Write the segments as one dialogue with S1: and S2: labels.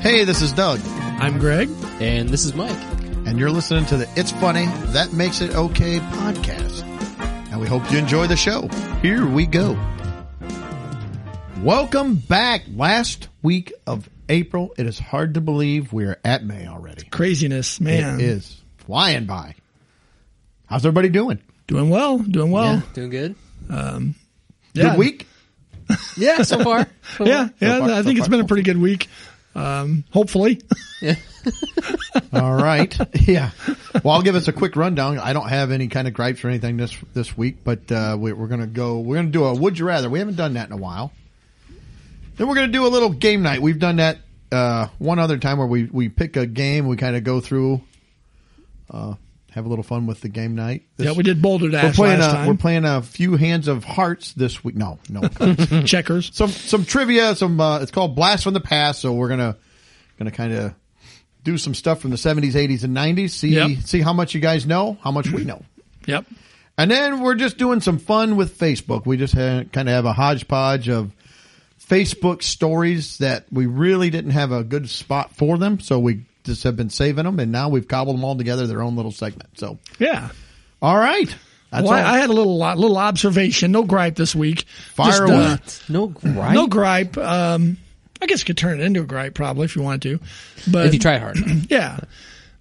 S1: Hey, this is Doug,
S2: I'm Greg.
S3: And this is Mike.
S1: and you're listening to the It's Funny, That Makes It Okay podcast. And we hope you enjoy the show. Here we go. Welcome back. Last week of April. It is hard to believe we're at May already.
S2: Craziness, man.
S1: It is flying by. How's everybody doing?
S2: Doing well, doing well.
S3: Doing good?
S2: Yeah.
S1: Good week?
S3: Yeah, so far. So
S2: Yeah, yeah.
S1: far,
S2: I
S1: so
S2: think
S1: far,
S2: it's been a pretty good week. Um, hopefully.
S1: All right. Yeah. Well, I'll give us a quick rundown. I don't have any kind of gripes or anything this this week, but uh, we, we're going to go. We're going to do a would you rather. We haven't done that in a while. Then we're going to do a little game night. We've done that uh, one other time where we we pick a game. We kind of go through, uh, have a little fun with the game night. This-
S2: yeah, we did Boulder
S1: We're
S2: Dash
S1: playing
S2: last
S1: a
S2: time.
S1: we're playing a few hands of hearts this week. No, no.
S2: Checkers.
S1: some some trivia. Some uh, it's called Blast from the Past. So we're gonna gonna kind of do some stuff from the seventies, eighties, and nineties. See
S2: Yep.
S1: see how much you guys know, how much we know,
S2: Yep.
S1: and then we're just doing some fun with Facebook. We just ha- kind of have a hodgepodge of Facebook stories that we really didn't have a good spot for them, so we just have been saving them, and now we've cobbled them all together their own little segment. So
S2: Yeah.
S1: all right, that's all.
S2: Well, I, I had a little uh, little observation. No gripe this week. uh,
S1: Fire away.
S3: No gripe.
S2: No gripe. Um, I guess you could turn it into a gripe probably if you wanted to. But
S3: If you try hard.
S2: Yeah.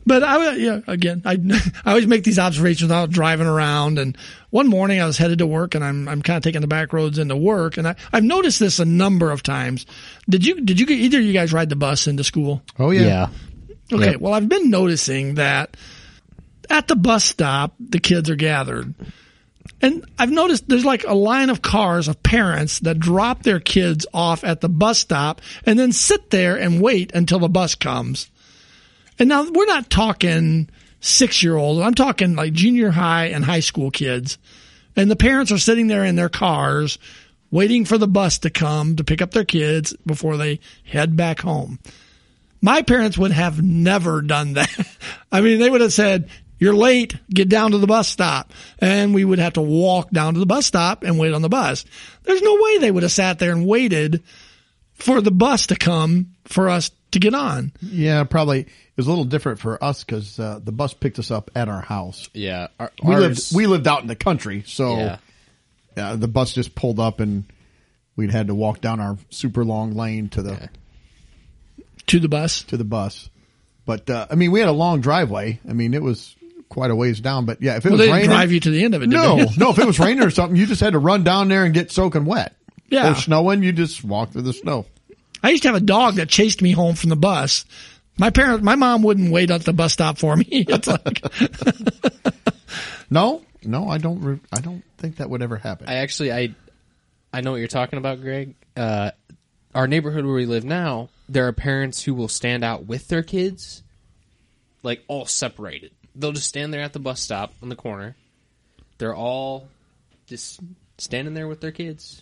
S2: But I, would- yeah, again, I, I always make these observations without driving around. And one morning I was headed to work and I'm, I'm kind of taking the back roads into work. And I, I've noticed this a number of times. Did you, did you get either of you guys ride the bus into school?
S1: oh
S3: Yeah.
S2: Okay.
S3: Yep.
S2: Well, I've been noticing that at the bus stop, the kids are gathered. And I've noticed there's like a line of cars of parents that drop their kids off at the bus stop and then sit there and wait until the bus comes. And now we're not talking six year olds. I'm talking like junior high and high school kids. And the parents are sitting there in their cars waiting for the bus to come to pick up their kids before they head back home. My parents would have never done that. I mean, they would have said, you're late, get down to the bus stop. And we would have to walk down to the bus stop and wait on the bus. There's no way they would have sat there and waited for the bus to come for us to get on.
S1: Yeah, probably. It was a little different for us because uh, the bus picked us up at our house.
S3: Yeah. Our,
S1: We lived
S3: ours-
S1: we lived out in the country, so
S3: Yeah.
S1: uh, the bus just pulled up and we'd had to walk down our super long lane to the
S2: To the bus.
S1: to the bus. But uh, I mean, we had a long driveway. I mean, it was quite a ways down. But yeah, if it
S2: Well,
S1: was
S2: they didn't
S1: raining,
S2: drive you to the end of it, did
S1: no,
S2: they?
S1: no. If it was raining or something, you just had to run down there and get soaking wet.
S2: Yeah.
S1: Or snowing, you just walk through the snow.
S2: I used to have a dog that chased me home from the bus. My parents, my mom wouldn't wait at the bus stop for me. It's like,
S1: No, no, I don't. Re- I don't think that would ever happen.
S3: I actually, I, I know what you're talking about, Greg. Uh, our neighborhood where we live now, there are parents who will stand out with their kids, like all separated. They'll just stand there at the bus stop on the corner. They're all just standing there with their kids.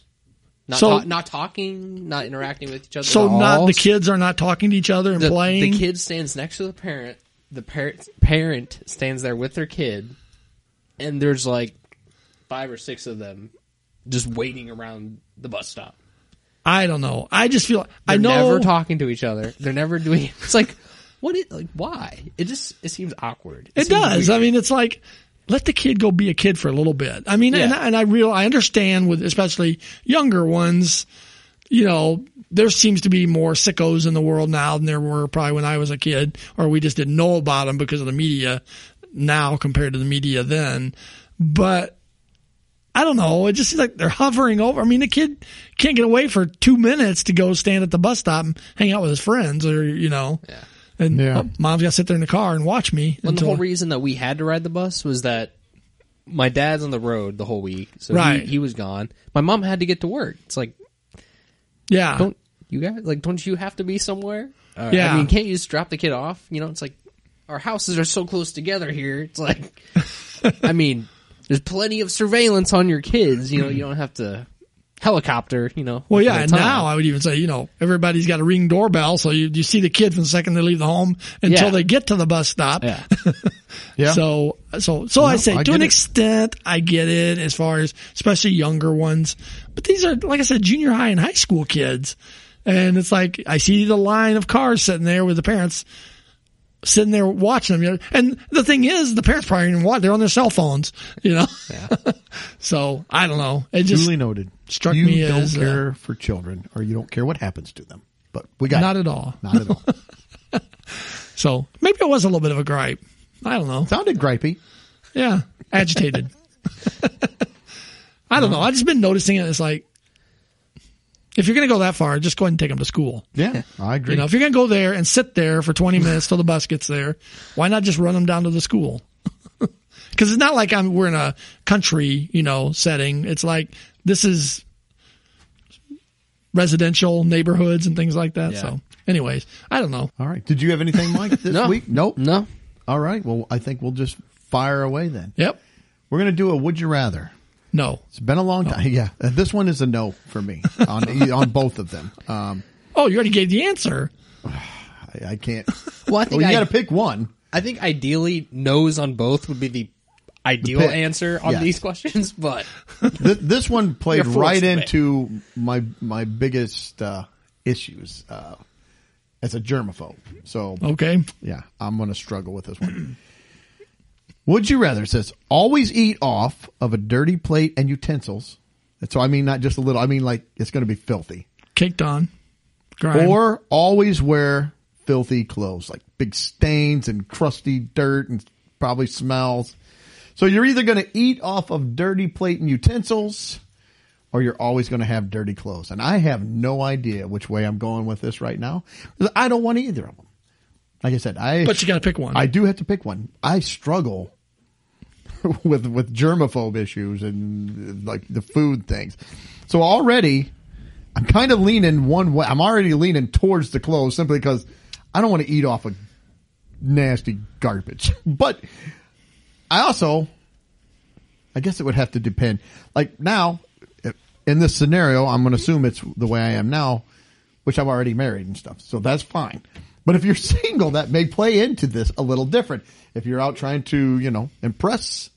S3: Not,
S2: So-
S3: ta- not talking, not interacting with each other.
S2: so
S3: at all.
S2: not the kids are not talking to each other and
S3: the,
S2: playing.
S3: the kid stands next to the parent. The parent parent stands there with their kid, and there's like five or six of them just waiting around the bus stop.
S2: I don't know. I just feel
S3: They're
S2: I know
S3: never talking to each other. They're never doing. It's like what? It, like why? It just it seems awkward.
S2: It
S3: seems
S2: does.
S3: weird.
S2: I mean, it's like let the kid go be a kid for a little bit. I mean, and,
S3: Yeah.
S2: I- and I real I understand with especially younger ones. You know, there seems to be more sickos in the world now than there were probably when I was a kid, or we just didn't know about them because of the media now compared to the media then. But I don't know. It just seems like they're hovering over. I mean, the kid can't get away for two minutes to go stand at the bus stop and hang out with his friends, or you know,
S3: Yeah.
S2: and
S1: Yeah.
S2: oh, mom's got to sit there in the car and watch me.
S3: And the
S2: until-
S3: whole reason that we had to ride the bus was that my dad's on the road the whole week, so he-
S2: Right.
S3: he was gone. My mom had to get to work. It's like
S2: Yeah.
S3: don't you guys like don't you have to be somewhere Uh,
S2: Yeah.
S3: i mean can't you just drop the kid off you know it's like our houses are so close together here it's like i mean there's plenty of surveillance on your kids you know you don't have to helicopter you know
S2: well,
S3: all
S2: yeah,
S3: the
S2: and
S3: time.
S2: now I would even say, you know, everybody's got a ring doorbell, so you, you see the kid from the second they leave the home until
S3: Yeah.
S2: they get to the bus stop.
S3: yeah
S1: yeah.
S2: So, so, so I say
S1: I
S2: to
S1: get
S2: an
S1: it.
S2: extent, I get it as far as especially younger ones, but these are, like I said, junior high and high school kids. And it's like I see the line of cars sitting there with the parents sitting there watching them. you know. And the thing is, the parents probably even what they're on their cell phones, you know. so I don't know. It just
S1: Duly noted.
S2: struck
S1: you
S2: me
S1: don't
S2: as, uh,
S1: care for children, or you don't care what happens to them. But we got
S2: not
S1: it.
S2: at all.
S1: not at all.
S2: So maybe it was a little bit of a gripe. I don't know.
S1: Sounded gripey.
S2: Yeah, agitated. I don't know. I've just been noticing it. It's like if you're going to go that far, just go ahead and take them to school.
S1: Yeah, I agree.
S2: You know, if you're going to go there and sit there for 20 minutes till the bus gets there, why not just run them down to the school? Because it's not like I'm we're in a country, you know, setting. It's like this is residential neighborhoods and things like that.
S3: Yeah.
S2: So, anyways, I don't know.
S1: all right. Did you have anything, Mike, this
S3: No.
S1: week? Nope.
S3: No.
S1: All right. Well, I think we'll just fire away then.
S2: Yep.
S1: We're going to do a would you rather.
S2: No.
S1: It's been a long
S2: Oh.
S1: time. Yeah, Uh, this one is a no for me on e, on both of them. Um,
S2: Oh, you already gave the answer.
S1: I, I can't.
S3: Well, I
S1: Well,
S3: think
S1: you
S3: I,
S1: got to pick one.
S3: I think ideally no's on both would be the ideal
S1: pick.
S3: answer on
S1: Yes.
S3: these questions, but
S1: Th- this one played
S3: You're forced
S1: right
S3: to pick.
S1: into my my biggest uh, issues uh, as a germaphobe. So
S2: Okay.
S1: yeah, I'm going to struggle with this one. Would you rather it says always eat off of a dirty plate and utensils? And So I mean not just a little. I mean like it's going to be filthy.
S2: Caked on. Grime.
S1: Or always wear filthy clothes, like big stains and crusty dirt and probably smells. So you're either going to eat off of dirty plate and utensils or you're always going to have dirty clothes. And I have no idea which way I'm going with this right now. 'cause I don't want either of them. Like I said, I
S2: But you got to pick one.
S1: I do have to pick one. I struggle with with germaphobe issues and like the food things. So already, I'm kind of leaning one way. I'm already leaning towards the clothes simply because I don't want to eat off of nasty garbage. But I also, I guess it would have to depend. Like now, in this scenario, I'm going to assume it's the way I am now, which I'm already married and stuff. So that's fine. But if you're single, that may play into this a little different. If you're out trying to, you know, impress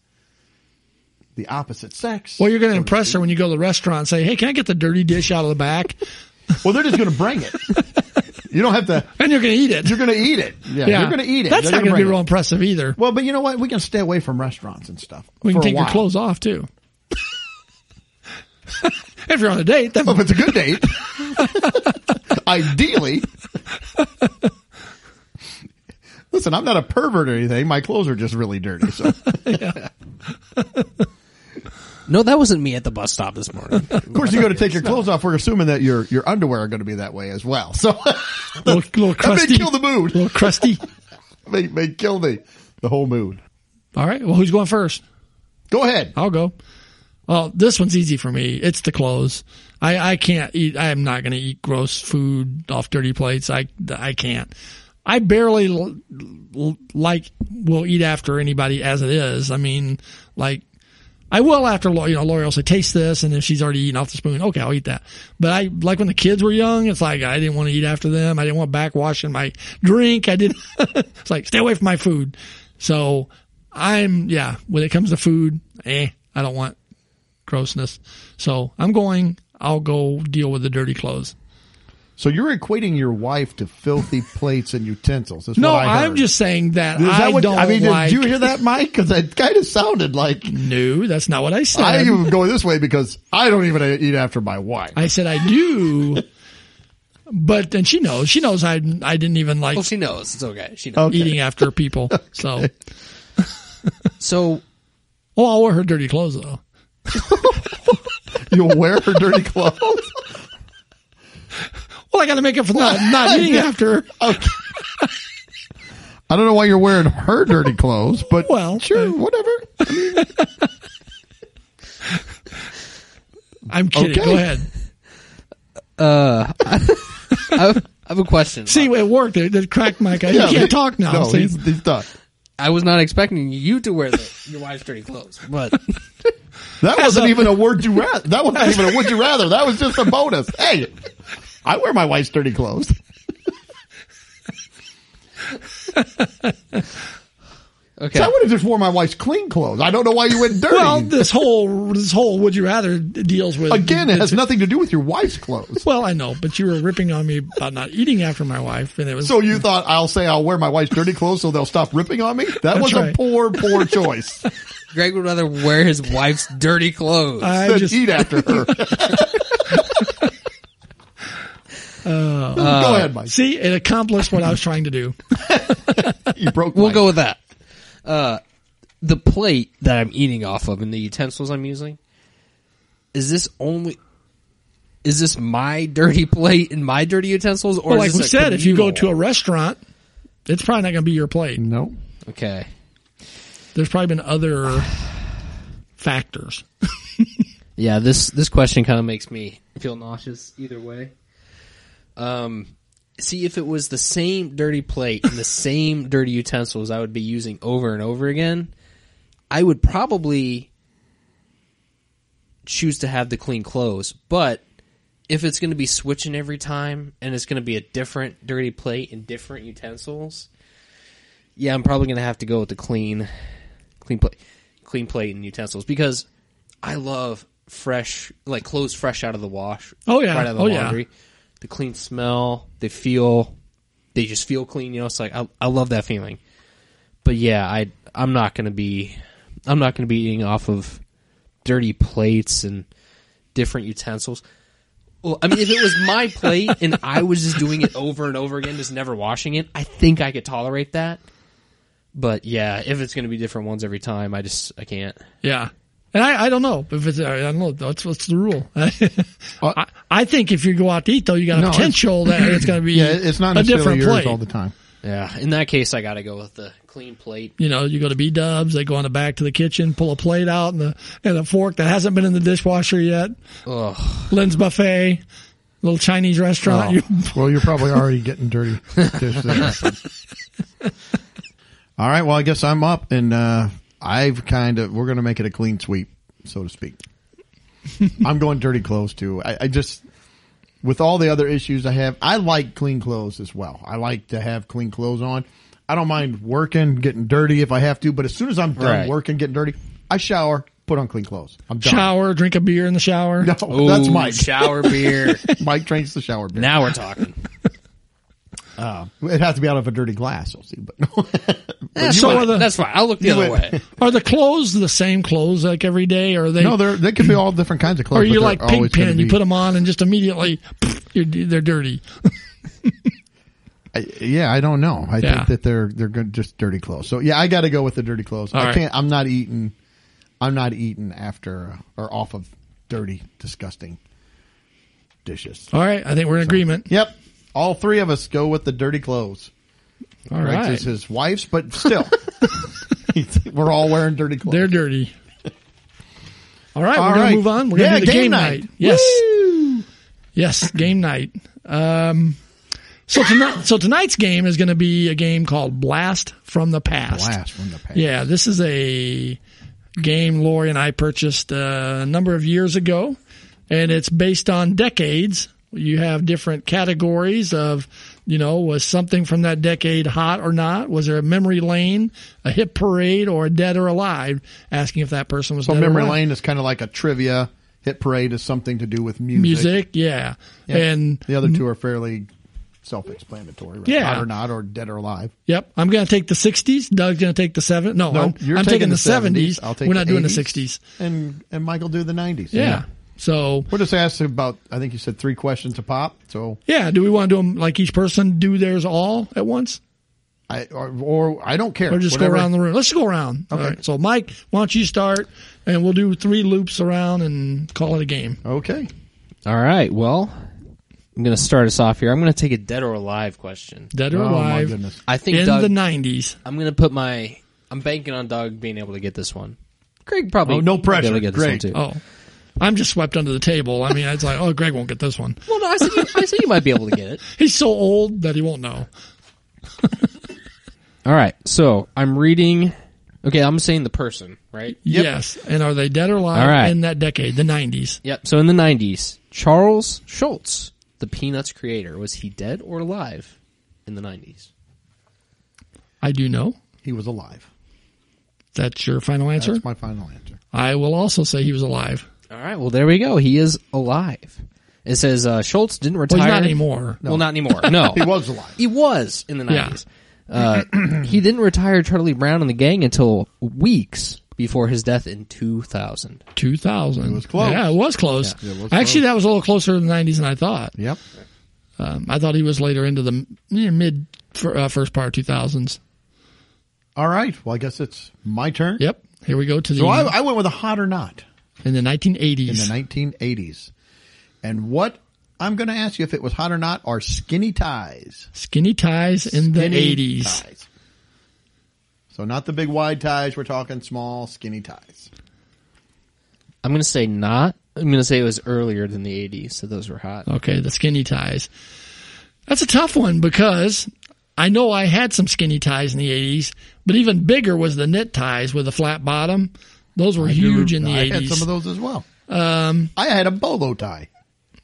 S1: the opposite sex,
S2: well, you're going to impress her when you go to the restaurant and say, hey, can I get the dirty dish out of the back?
S1: well, they're just going to bring it. you don't have to.
S2: and you're going to eat it.
S1: You're going to eat it. Yeah, you're going to eat it.
S2: That's
S1: They're
S2: not
S1: gonna
S2: going to be
S1: bring it.
S2: real impressive either.
S1: Well, but you know what? We can stay away from restaurants and stuff.
S2: We
S1: for
S2: can
S1: a
S2: take your
S1: while.
S2: clothes off too. if you're on a date, that
S1: Well, Oh, if it's a good date, ideally. Listen, I'm not a pervert or anything. My clothes are just really dirty. So, of
S3: no, that wasn't me at the bus stop this morning.
S1: course, you go to take your clothes off. We're assuming that your your underwear are going to be that way as well. So,
S2: little, little
S1: that may
S2: crusty,
S1: kill the mood.
S2: little crusty.
S1: May, may kill the the whole mood.
S2: All right. Well, who's going first?
S1: Go ahead.
S2: I'll go. Well, this one's easy for me. It's the clothes. I, I can't eat. I am not going to eat gross food off dirty plates. I, I can't. I barely l- l- like will eat after anybody as it is. I mean, like I will after Lori, you know, Lori will say, taste this. And if she's already eaten off the spoon, okay, I'll eat that. But I, like when the kids were young, it's like, I didn't want to eat after them. I didn't want backwashing my drink. I didn't, it's like, stay away from my food. So I'm, yeah, when it comes to food, eh, I don't want grossness. So I'm going, I'll go deal with the dirty clothes.
S1: So you're equating your wife to filthy plates and utensils. That's
S2: No,
S1: what I
S2: I'm
S1: heard.
S2: just saying that,
S1: Is that
S2: I
S1: what,
S2: don't
S1: I mean,
S2: like.
S1: did you hear that, Mike? Because that kind of sounded like
S2: no, that's not what I said.
S1: I even go this way because I don't even eat after my wife.
S2: I said I do, but and she knows. She knows I I didn't even like
S3: well, she knows. It's okay. She knows.
S2: eating after people. So
S3: So
S2: oh, I'll wear her dirty clothes though.
S1: You'll wear her dirty clothes.
S2: Well, I got to make up for not not eating after.
S1: I don't know why you're wearing her dirty clothes, but
S2: Well,
S1: sure,
S2: uh,
S1: whatever.
S2: I'm kidding.
S1: Okay.
S2: Go ahead.
S3: I have, I have a question.
S2: See, it worked. It, it cracked my. guy. you can't talk now.
S1: No,
S2: See?
S1: he's, he's done.
S3: I was not expecting you to wear the, your wife's dirty clothes, but
S1: That wasn't
S2: a-
S1: even a word you rather. That wasn't even a would you rather. That was just a bonus. Hey, I wear my wife's dirty clothes.
S3: Okay.
S1: So I would have just wore my wife's clean clothes. I don't know why you went dirty.
S2: Well, this whole this whole would you rather deals with
S1: Again, it has nothing to do with your wife's clothes.
S2: Well, I know, but you were ripping on me about not eating after my wife, and it was
S1: So you thought I'll say I'll wear my wife's dirty clothes so they'll stop ripping on me? That was a
S2: right.
S1: poor, poor choice.
S3: Greg would rather wear his wife's dirty clothes.
S2: I
S1: Then
S2: just
S1: eat after her. go ahead, Mike.
S2: see it accomplished what I was trying to do.
S1: You broke.
S3: we'll
S1: my-
S3: go with that. Uh, the plate that I'm eating off of and the utensils I'm using is this only is this my dirty plate and my dirty utensils, or
S2: Well,
S3: is
S2: like we
S3: this a
S2: said, if you go to
S3: communal?
S2: a restaurant, it's probably not going to be your plate.
S1: No.
S3: okay,
S2: There's probably been other factors.
S3: yeah this this question kind of makes me feel nauseous either way. Um, see if it was the same dirty plate and the same dirty utensils I would be using over and over again, I would probably choose to have the clean clothes, but if it's going to be switching every time and it's going to be a different dirty plate and different utensils, yeah, I'm probably going to have to go with the clean, clean plate, clean plate and utensils because I love fresh, like clothes fresh out of the wash.
S2: Oh, yeah.
S3: right out of the
S2: Oh, yeah.
S3: laundry. The clean smell, they feel, they just feel clean. You know, it's like I, I love that feeling. But yeah, I I'm not going to be, I'm not going to be eating off of dirty plates and different utensils. Well, I mean, if it was my plate and I was just doing it over and over again, just never washing it, I think I could tolerate that. But yeah, if it's going to be different ones every time, I just I can't.
S2: Yeah. And I, I don't know if it's, I don't know. That's what's the rule.
S1: Uh,
S2: I, I think if you go out to eat though, you got a
S1: No, it's-
S2: potential that it's going to be
S1: Yeah, it's not
S2: a
S1: necessarily
S2: different
S1: yours
S2: plate.
S1: all the time.
S3: Yeah, in that case, I got to go with the clean plate.
S2: you know, you go to B Dubs, they go on the back to the kitchen, pull a plate out and the and a fork that hasn't been in the dishwasher yet.
S3: Ugh.
S2: Lynn's buffet, little Chinese restaurant.
S1: Oh.
S2: You,
S1: well, you're probably already getting dirty. Just there. All right. Well, I guess I'm up, and uh, I've kind of we're going to make it a clean sweep, so to speak. I'm going dirty clothes too. I, I just with all the other issues I have, I like clean clothes as well. I like to have clean clothes on. I don't mind working, getting dirty if I have to, but as soon as I'm done
S3: Right.
S1: working, getting dirty, I shower, put on clean clothes. I'm done.
S2: shower, drink a beer in the shower.
S1: No, that's
S3: Ooh,
S1: Mike.
S3: Shower beer.
S1: Mike drinks the shower. beer.
S3: now we're talking.
S1: It'd have to be out of a dirty glass, I'll see. But
S3: Eh,
S2: you
S3: so
S2: went-
S3: are the- that's fine. I'll look the
S1: you
S3: other
S1: went-
S3: way.
S2: Are the clothes the same clothes like every day? Or are they?
S1: no, they're, they could be all different kinds of clothes.
S2: or
S1: but
S2: you
S1: they're
S2: like
S1: always
S2: pig
S1: gonna
S2: pen?
S1: be-
S2: You put them on and just immediately, you're, they're dirty.
S1: I, yeah, I don't know. I
S2: Yeah.
S1: think that they're they're good, just dirty clothes. So yeah, I got to go with the dirty clothes. I
S2: right.
S1: can't. I'm not eating. I'm not eating after or off of dirty, disgusting dishes.
S2: All right, I think we're in agreement.
S1: Yep, all three of us go with the dirty clothes.
S2: All
S1: Right,
S2: right,
S1: it's his wife's, but still, we're all wearing dirty clothes.
S2: they're dirty. All right,
S1: All
S2: we're
S1: right.
S2: gonna move on. We're gonna
S1: Yeah,
S2: do the
S1: game
S2: game,
S1: night.
S2: night. Yes. Yes, game night. Um, so tonight, so tonight's game is going to be a game called Blast from the Past.
S1: Blast from the past.
S2: Yeah, this is a game Lori and I purchased uh, a number of years ago, and it's based on decades. You have different categories of, you know, was something from that decade hot or not? Was there a memory lane, a hit parade, or a dead or alive? Asking if that person was
S1: So
S2: dead or
S1: memory
S2: alive.
S1: lane is kind of like a trivia. Hit parade is something to do with
S2: music, yeah,
S1: Yeah.
S2: and
S1: The other two are fairly self-explanatory, right?
S2: Yeah.
S1: Hot or not, or dead or alive.
S2: Yep, I'm going to take the 60s. Doug's going to take the 70s. No,
S1: No,
S2: I'm,
S1: you're
S2: I'm
S1: taking
S2: taking,
S1: the
S2: the 70s.
S1: 70s. I'll take
S2: We're
S1: the
S2: not doing the
S1: 80s.
S2: 60s.
S1: And and Michael do the nineties.
S2: Yeah. So,
S1: We're just asked about. I think you said three questions a pop. So
S2: yeah, do we want to do them like each person do theirs all at once?
S1: I or, or I don't care.
S2: Or just
S1: Whatever.
S2: go around the room? Let's just go around.
S1: Okay.
S2: All right. So, Mike, why don't you start and we'll do three loops around and call it a game.
S1: Okay.
S3: All right. Well, I'm going to start us off here. I'm going to take a dead or alive question.
S2: Dead or
S1: Oh, my
S2: alive
S1: goodness.
S3: I think
S2: in
S3: Doug,
S2: the 90s.
S3: I'm gonna put my. I'm banking on Doug being able to get this one. Craig probably.
S1: Oh, no
S3: will be
S1: pressure.
S3: able to get this
S1: Great.
S3: one, too.
S2: Oh, I'm just swept under the table. I mean, it's like, oh, Greg won't get this one.
S3: Well, no, I said, you, I said you might be able to get it.
S2: He's so old that he won't know.
S3: All right. So I'm reading. Okay, I'm saying the person, right?
S2: Yes. And are they dead or alive
S3: All right.
S2: in that decade, the 90s?
S3: Yep. So in the 90s, Charles Schultz, the Peanuts creator, was he dead or alive in the 90s?
S2: I do know.
S1: He was alive.
S2: That's your final answer?
S1: That's my final answer.
S2: I will also say he was alive.
S3: All right. Well, there we go. He is alive. It says uh, Schultz didn't retire.
S2: Well, he's not anymore.
S3: Well, not anymore. No,
S1: He was alive.
S3: He was in the
S2: Yeah.
S3: nineties. Uh, he didn't retire Charlie Brown and the gang until weeks before his death in two thousand.
S2: 2000. It
S1: was close.
S2: Yeah, it was close.
S1: Yeah, it was
S2: Actually, that was a little closer to the 90s than I thought.
S1: Yep.
S2: Um, I thought he was later into the m- yeah, mid fir- uh, first part of 2000s.
S1: All right. Well, I guess it's my turn.
S2: Yep. Here we go to the
S1: So I, I went with a hot or not
S2: in the 1980s.
S1: in the 1980s. And what I'm going to ask you if it was hot or not are skinny ties.
S2: Skinny ties in the
S1: Skinny
S2: 80s.
S1: ties. So not the big wide ties. We're talking small, skinny ties.
S3: I'm going to say not. I'm going to say it was earlier than the eighties, so those were hot.
S2: Okay, the skinny ties. That's a tough one because I know I had some skinny ties in the 80s, but even bigger was the knit ties with a flat bottom. Those were huge in the
S1: I
S2: 80s.
S1: had some of those as well. Um, I had a bolo tie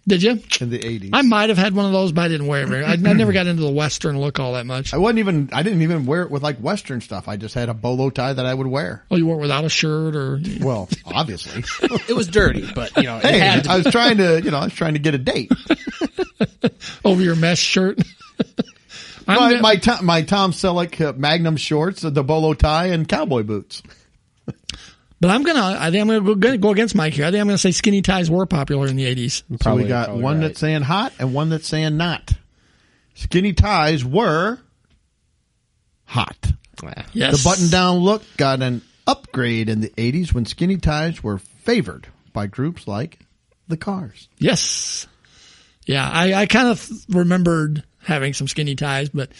S2: Did you?
S1: in the 80s.
S2: I might have had one of those, but I didn't wear it. Very, I, I never got into the Western look all that much.
S1: I wasn't even. I didn't even wear it with like Western stuff. I just had a bolo tie that I would wear.
S2: Oh, you wore it without a shirt or?
S1: Well, obviously.
S3: It was dirty, but you know, it
S1: hey,
S3: had to
S1: I was trying to. You know, I was trying to get a date.
S2: over your mesh shirt. I'm
S1: My
S2: gonna-
S1: my, Tom- my Tom Selleck uh, Magnum shorts, the bolo tie, and cowboy boots.
S2: but I'm gonna. I think I'm gonna go, gonna go against Mike here. I think I'm gonna say skinny ties were popular in the '80s.
S1: So we
S3: Probably-
S1: got
S3: probably
S1: one
S3: right.
S1: that's saying hot and one that's saying not. Skinny ties were hot.
S3: Nah.
S2: Yes,
S1: The button down look got an upgrade in the 80s when skinny ties were favored by groups like the Cars.
S2: Yes. Yeah, I, I kind of remembered having some skinny ties, but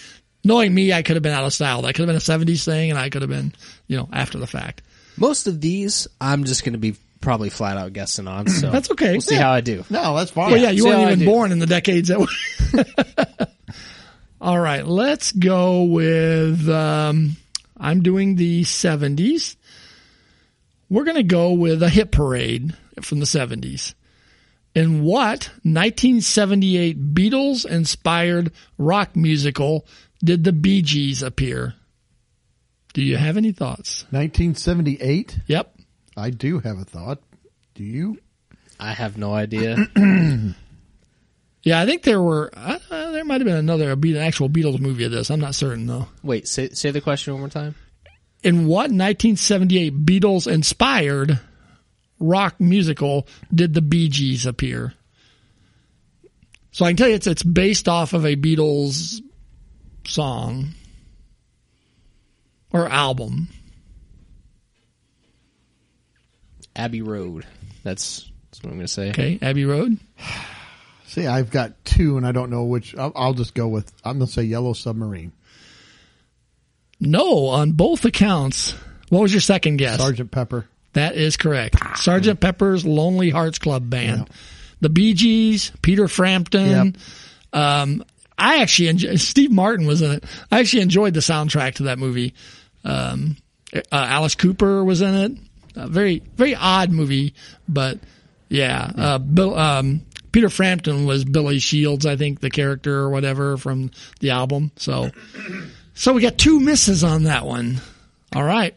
S2: knowing me, I could have been out of style. That could have been a '70s thing, and I could have been, you know, after the fact.
S3: Most of these, I'm just going to be probably flat out guessing on. So
S2: That's okay.
S3: We'll see
S2: Yeah.
S3: how I do.
S1: No, that's fine.
S2: Well, yeah, you
S3: see
S2: weren't
S3: how I
S2: even
S3: do.
S2: born in the decades that. were All right, let's go with. Um, I'm doing the '70s. We're going to go with a hit parade from the '70s. In what 1978 Beatles-inspired rock musical did the Bee Gees appear? Do you have any thoughts?
S1: 1978.
S2: Yep.
S1: I do have a thought. Do you?
S3: I have no idea.
S2: Yeah, I think there were. Uh, uh, there might have been another a Beat- an actual Beatles movie of this. I'm not certain though.
S3: Wait, say, say the question one more time.
S2: in what 1978 Beatles inspired rock musical did the Bee Gees appear? So I can tell you it's it's based off of a Beatles song or album.
S3: Abbey Road. That's that's what I'm going to say.
S2: Okay, Abbey Road.
S1: See, I've got two and I don't know which. I'll, I'll just go with, I'm going to say Yellow Submarine.
S2: No, on both accounts. What was your second guess?
S1: Sergeant Pepper.
S2: That is correct. Sergeant Pepper's Lonely Hearts Club Band. The Bee Gees, Peter Frampton. Um, I actually enjoy, Steve Martin was in it. I actually enjoyed the soundtrack to that movie. Um, uh, Alice Cooper was in it. A very, very odd movie, but yeah. Uh, Bill, um, Peter Frampton was Billy Shields, I think, the character or whatever from the album. So, so we got two misses on that one. All right.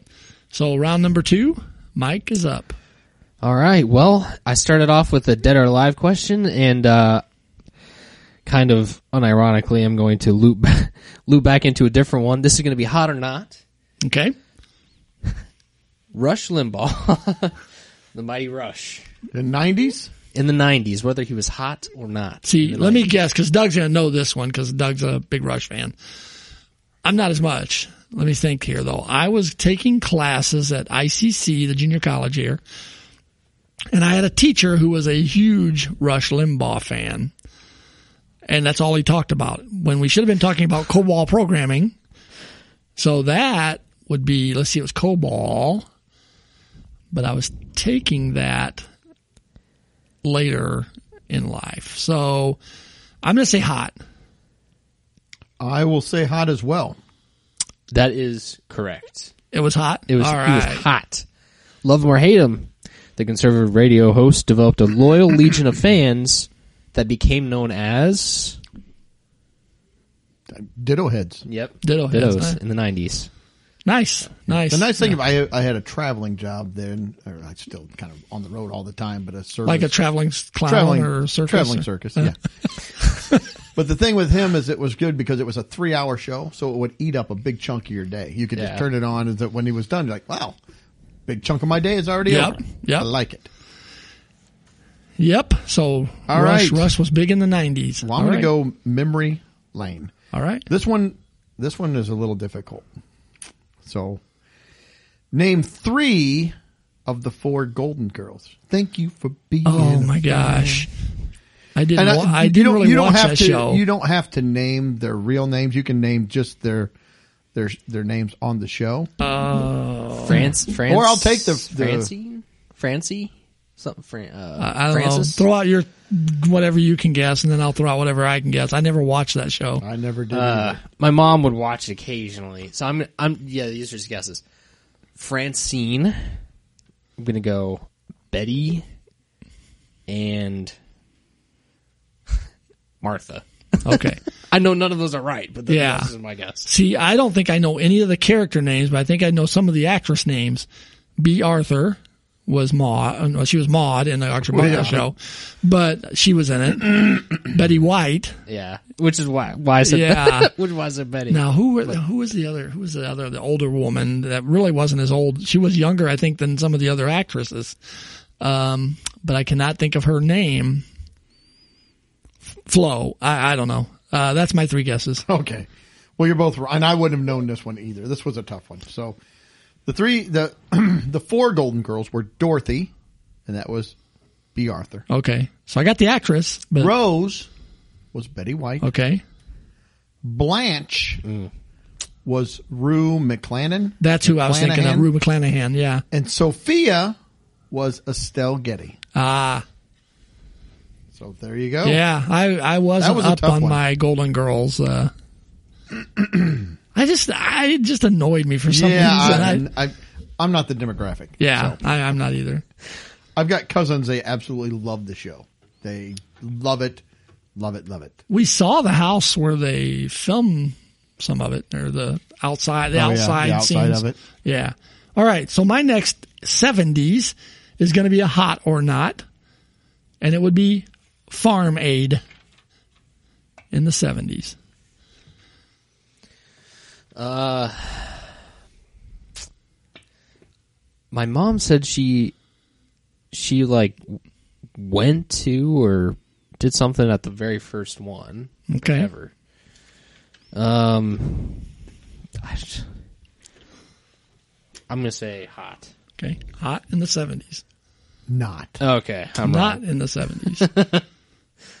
S2: So round number two, Mike is up.
S3: All right. Well, I started off with a dead or alive question, and uh, kind of unironically, I'm going to loop loop back into a different one. This is going to be hot or not.
S2: Okay.
S3: Rush Limbaugh, the mighty Rush,
S1: The 90s?
S3: in the '90s, whether he was hot or not.
S2: See,
S3: In the
S2: let me
S3: 90s.
S2: guess because Doug's going to know this one because Doug's a big Rush fan. I'm not as much. Let me think here though. I was taking classes at ICC, the junior college here, and I had a teacher who was a huge Rush Limbaugh fan. And that's all he talked about when we should have been talking about COBOL programming. So that would be, let's see, it was COBOL, but I was taking that later in life. So I'm going to say hot.
S1: I will say hot as well.
S3: That is correct.
S2: It was hot.
S3: It was,
S2: All
S3: he was
S2: right.
S3: hot. Love him or hate him, the conservative radio host developed a loyal legion of fans that became known as
S1: Ditto heads.
S3: Yep
S2: Ditto heads,
S3: Dittos
S2: huh?
S3: in the nineties.
S2: Nice, nice.
S1: The nice thing, if I I had a traveling job then, or I still kind of on the road all the time, but a service
S2: like a traveling s- clown
S1: traveling
S2: or circus.
S1: traveling
S2: or-
S1: circus. Yeah. but the thing with him is it was good because it was a three hour show, so it would eat up a big chunk of your day. You could
S3: Yeah.
S1: just turn it on, and that when he was done, you're like, wow, big chunk of my day is already
S2: Yep,
S1: over.
S2: yep.
S1: I like it.
S2: Yep. So
S1: All
S2: Rush,
S1: right.
S2: Rush was big in the nineties.
S1: Well, I'm going to go memory lane.
S2: All right.
S1: This one, this one is a little difficult. So, name three of the four Golden Girls. Thank you for being.
S2: Oh my gosh. I didn't. wa- I,
S1: you
S2: didn't
S1: don't-
S2: really
S1: you don't
S2: watch
S1: have
S2: that
S1: to,
S2: show.
S1: You don't have to name their real names. You can name just their their their names on the show.
S3: France, France,
S1: Or I'll take the- the-
S3: Francie, Francie, something. Fran, uh,
S2: I don't
S3: Francis.
S2: know. Throw out your whatever you can guess, and then I'll throw out whatever I can guess. I never watched that show.
S1: I never did.
S3: Uh, my mom would watch it occasionally, so I'm. I'm. Yeah, these are just guesses. Francine. I'm gonna go Betty and Martha.
S2: Okay.
S3: I know none of those are right, but the,
S2: Yeah.
S3: this is my guess.
S2: See, I don't think I know any of the character names, but I think I know some of the actress names. B. Arthur was Maud. Well, she was Maud in the Archer Bunker
S1: yeah.
S2: show, but she was in it. Betty White.
S3: Yeah, which is why why I said
S2: Yeah.
S3: which is why I said Betty.
S2: Now, who were, who was the other? Who was the other? The older woman that really wasn't as old. She was younger, I think, than some of the other actresses. Um, but I cannot think of her name. F- Flo. I, I don't know. Uh, that's my three guesses.
S1: okay. Well, you're both wrong, and I wouldn't have known this one either. This was a tough one. So, the three the the four Golden Girls were Dorothy, and that was B. Arthur.
S2: Okay, so I got the actress, but
S1: Rose was Betty White.
S2: okay,
S1: Blanche
S2: mm.
S1: was Rue McClannon,
S2: that's who I was thinking of.
S1: McClanahan?
S2: Rue McClanahan. Yeah.
S1: and Sophia was Estelle Getty.
S2: Ah.
S1: So there you go.
S2: Yeah, I I wasn't
S1: Oh. was a
S2: up
S1: tough
S2: on
S1: one.
S2: my Golden Girls. Uh, I just I it just annoyed me for some reason. I-
S1: yeah, I, I, I'm not the demographic.
S2: yeah,
S1: So.
S2: I, I'm not either.
S1: I've got cousins. They absolutely love the show. They love it, love it, love it.
S2: we saw the house where they film some of it or the outside the
S1: Oh, yeah, the
S2: outside
S1: outside
S2: scenes
S1: of it.
S2: yeah all right so my next 70s is going to be a hot or not and it would be farm aid in the 70s
S3: my mom said she she like went to or did something at the very first one
S2: okay
S3: ever. Um, I, just- I'm gonna say hot.
S2: okay hot in the 70s
S1: Not
S2: Uh,
S3: Okay, I'm
S2: not in the 70s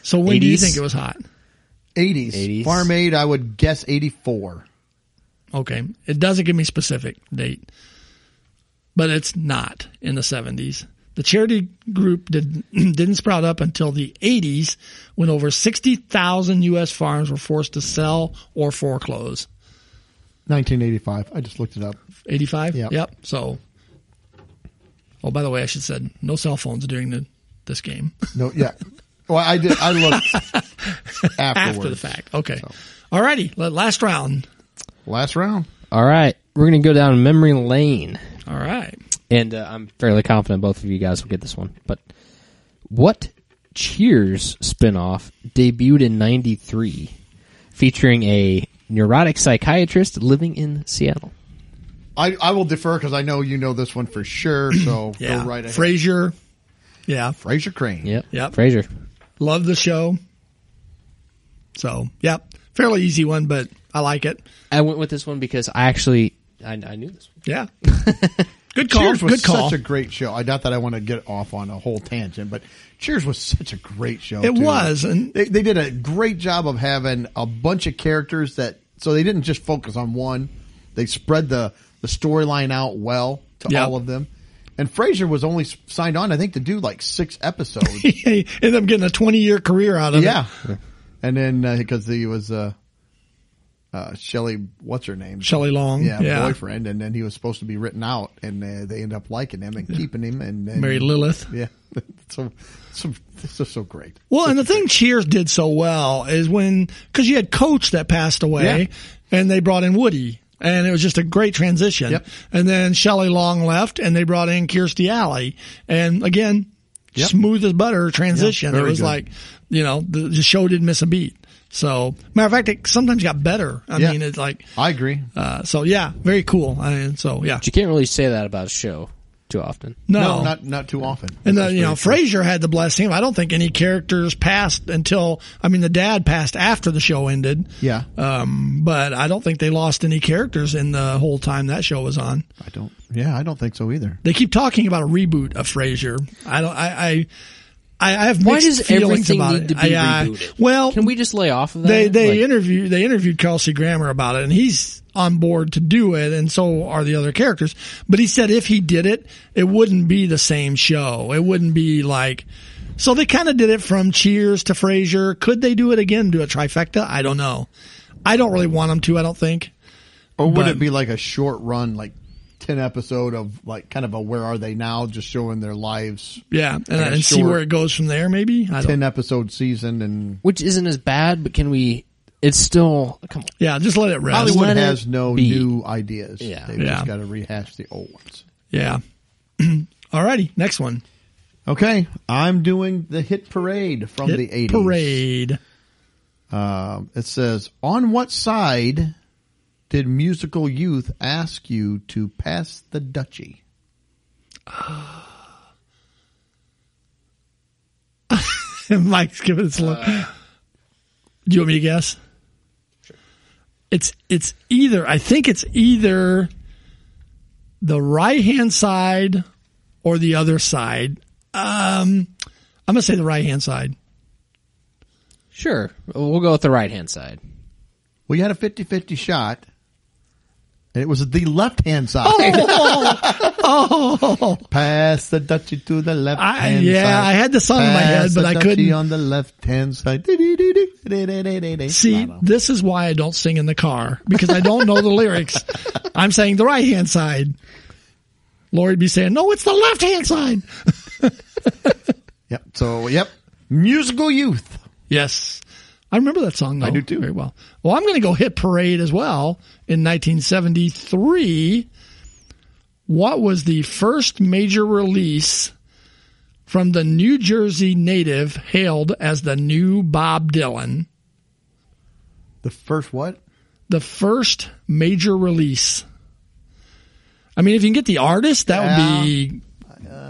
S2: so when do you
S3: 80s?
S2: think it was hot
S1: 80s.
S3: 80s.
S1: Farm Aid. I would guess 84.
S2: okay it doesn't give me specific date but it's not in the 70s. The charity group did, didn't sprout up until the 80s when over 60,000 U.S. farms were forced to sell or foreclose.
S1: 1985. I just looked it up.
S2: 85?
S1: Yep.
S2: Yep. So, oh, by the way, I should said no cell phones during the, this game
S1: No, yeah. Well, I did. I looked afterwards.
S2: after the fact. Okay. All righty. Last round.
S1: Last round.
S3: All right, we're gonna go down memory lane,
S2: All right.
S3: and uh, I'm fairly confident both of you guys will get this one. But what Cheers spinoff debuted in '93, featuring a neurotic psychiatrist living in Seattle?
S1: I, I will defer because I know you know this one for sure. So
S2: Yeah.
S1: go right ahead.
S2: Frasier. Yeah.
S1: Fraser Crane.
S3: Yep.
S2: Yep.
S3: Frasier.
S2: Love the show. So, yep. Fairly easy one, but I like it.
S3: I went with this one because I actually I, I knew this. One.
S2: Yeah. Good call.
S1: Cheers was
S2: Good call.
S1: such a great show. I doubt that I want to get off on a whole tangent, but Cheers was such a great show.
S2: It
S1: too.
S2: was, and-
S1: they, they did a great job of having a bunch of characters that so they didn't just focus on one. They spread the the storyline out well to
S2: Yeah.
S1: all of them. And Frasier was only s- signed on, I think, to do like six episodes.
S2: he ended up getting a 20 year career out of
S1: yeah,
S2: it.
S1: and then because he was uh, uh, Shelly, what's her name?
S2: Shelley Long.
S1: yeah,
S2: Yeah.
S1: boyfriend, and then he was supposed to be written out, and uh, they end up liking him and keeping him, and, and
S2: Mary Lilith.
S1: Yeah, so so this is so great.
S2: Well, and the thing Cheers did so well is when, because you had Coach that passed away, and they brought in Woody and it was just a great transition.
S1: Yep.
S2: And then Shelley Long left, and they brought in Kirstie Alley, and again,
S1: Yep.
S2: smooth as butter transition.
S1: Yeah,
S2: it
S1: very
S2: was
S1: good.
S2: like, you know, the, the show didn't miss a beat. So, matter of fact, it sometimes got better. I
S1: Yeah.
S2: mean, it's like,
S1: I agree.
S2: uh, so yeah, very cool. I mean, so yeah,
S3: But you can't really say that about a show too often.
S2: no,
S1: not not too often.
S2: and
S1: That's
S2: then, you know,
S1: very true.
S2: Frasier had the blessing. of- I don't think any characters passed until, I mean, the dad passed after the show ended.
S1: Yeah,
S2: Um, but I don't think they lost any characters in the whole time that show was on.
S1: I don't. Yeah, I don't think so either.
S2: They keep talking about a reboot of Frasier. I don't. I. I I I have mixed
S3: Why does
S2: feelings
S3: everything
S2: about
S3: need uh,
S2: it.
S3: to be
S2: I, I-
S3: rebooted?
S2: well,
S3: Can we just lay off of that?
S2: they they
S3: Like,
S2: interview they interviewed Kelsey Grammer about it, and he's on board to do it, and so are the other characters. But he said if he did it, it wouldn't be the same show. It wouldn't be like. So they kind of did it from Cheers to Frasier. Could they do it again? Do a trifecta? I don't know. I don't really want them to. I don't think.
S1: Or would
S2: But-
S1: it be like a short run, like ten episode of like kind of a where are they now, just showing their lives,
S2: Yeah, and,
S1: Like a
S2: and see
S1: short-
S2: where it goes from there. Maybe I don't.
S1: ten episode season, and
S3: which isn't as bad, but can we? It's still come on.
S2: Yeah, just let it rest.
S1: Hollywood
S3: let it
S1: has no
S3: be.
S1: new ideas.
S3: Yeah.
S1: they've
S2: Yeah.
S1: just got to rehash the old ones.
S2: Yeah. Alrighty, next one.
S1: Okay, I'm doing the hit parade from
S2: Hit
S1: the '80s.
S2: Parade.
S1: Um, it says, "On what side did musical youth ask you to pass the duchy?"
S2: Mike's giving us a look.
S1: Uh,
S2: Do you want me to guess? It's it's either I think it's either the right hand side or the other side. Um, I'm gonna say the right hand side.
S3: Sure, we'll go with the right hand side.
S1: Well, you had a 50-50 shot, and it was the left-hand side. Oh. Pass the duchy to the left
S2: Oh. I-
S1: hand
S2: yeah,
S1: side.
S2: I had the song in my
S1: Pass
S2: head, but
S1: the
S2: I
S1: duchy
S2: couldn't-
S1: on the left hand side. Dee-dee-dee-dee-dee-dee-dee-dee. I
S2: See,
S1: don't know.
S2: this is why I don't sing in the car because I don't know the lyrics. I'm saying the right hand side. Lori'd be saying, "No, it's the left hand side."
S1: Yep. So, yep. Musical youth.
S2: Yes. I remember that song though.
S1: I do, too.
S2: Very well. Well, I'm going to go hit parade as well in 1973. What was the first major release from the New Jersey native hailed as the new Bob Dylan?
S1: The first what?
S2: The first major release. I mean, if you can get the artist, that would be,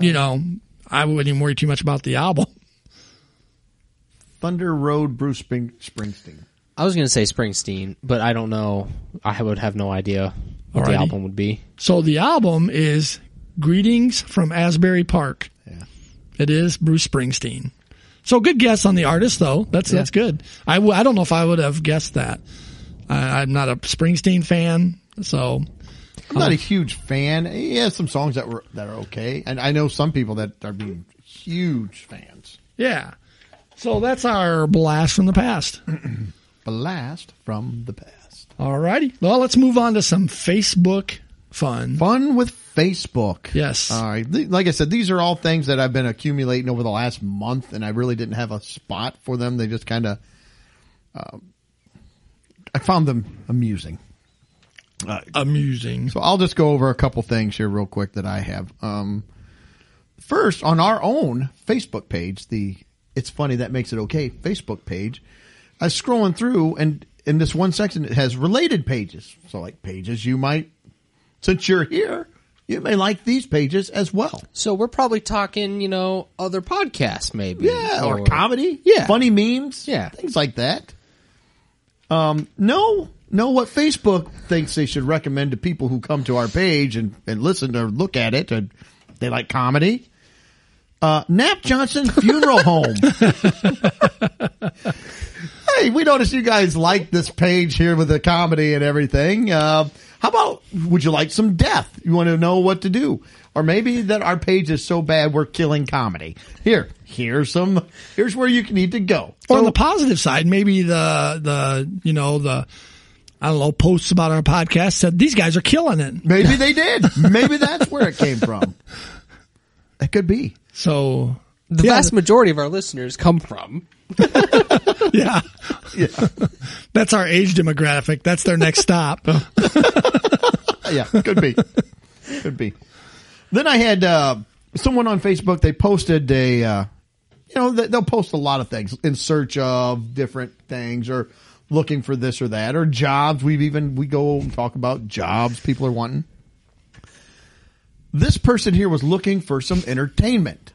S2: you know, I wouldn't even worry too much about the album.
S1: Thunder Road Bruce Spring- Springsteen.
S3: I was going to say Springsteen, but I don't know. I would have no idea what
S2: Alrighty.
S3: the album would be.
S2: So the album is Greetings from Asbury Park.
S1: Yeah.
S2: It is Bruce Springsteen. So good guess on the artist though. That's that's good. I w- I don't know if I would have guessed that. I, I'm not a Springsteen fan, so
S1: I'm not a huge fan. He has some songs that were that are okay, and I know some people that are being huge fans.
S2: yeah. So that's our blast from the past.
S1: Blast from the past.
S2: Alrighty. Well, let's move on to some Facebook fun.
S1: Fun with Facebook.
S2: Yes.
S1: All right. Th- Like I said, these are all things that I've been accumulating over the last month, and I really didn't have a spot for them. They just kind of, I found them amusing.
S2: Amusing.
S1: So I'll just go over a couple things here real quick that I have. Um, first, on our own Facebook page, the it's funny that makes it okay Facebook page. I was scrolling through, and in this one section, it has related pages. So like pages you might, since you're here, you may like these pages as well.
S3: So we're probably talking, you know, other podcasts maybe.
S1: Yeah, or, comedy. Yeah, funny memes.
S3: Yeah.
S1: things like that. Um, know know what Facebook thinks they should recommend to people who come to our page and and listen or look at it. And they like comedy. Uh, Nap Johnson Funeral Home. hey, we noticed you guys like this page here with the comedy and everything. Uh, how about would you like some death? You want to know what to do, or maybe that our page is so bad we're killing comedy. Here, here's some. Here's where you need to go.
S2: Or on the positive side, maybe the the you know the I don't know posts about our podcast said these guys are killing it.
S1: Maybe they did. Maybe that's where it came from. It could be.
S2: So
S3: The
S2: yeah,
S3: vast majority of our listeners come from.
S2: yeah. That's our age demographic. That's their next stop.
S1: yeah, could be, could be. Then I had uh, someone on Facebook. They posted a, uh, you know, they- they'll post a lot of things in search of different things or looking for this or that or jobs. We've even we go and talk about jobs people are wanting. This person here was looking for some entertainment.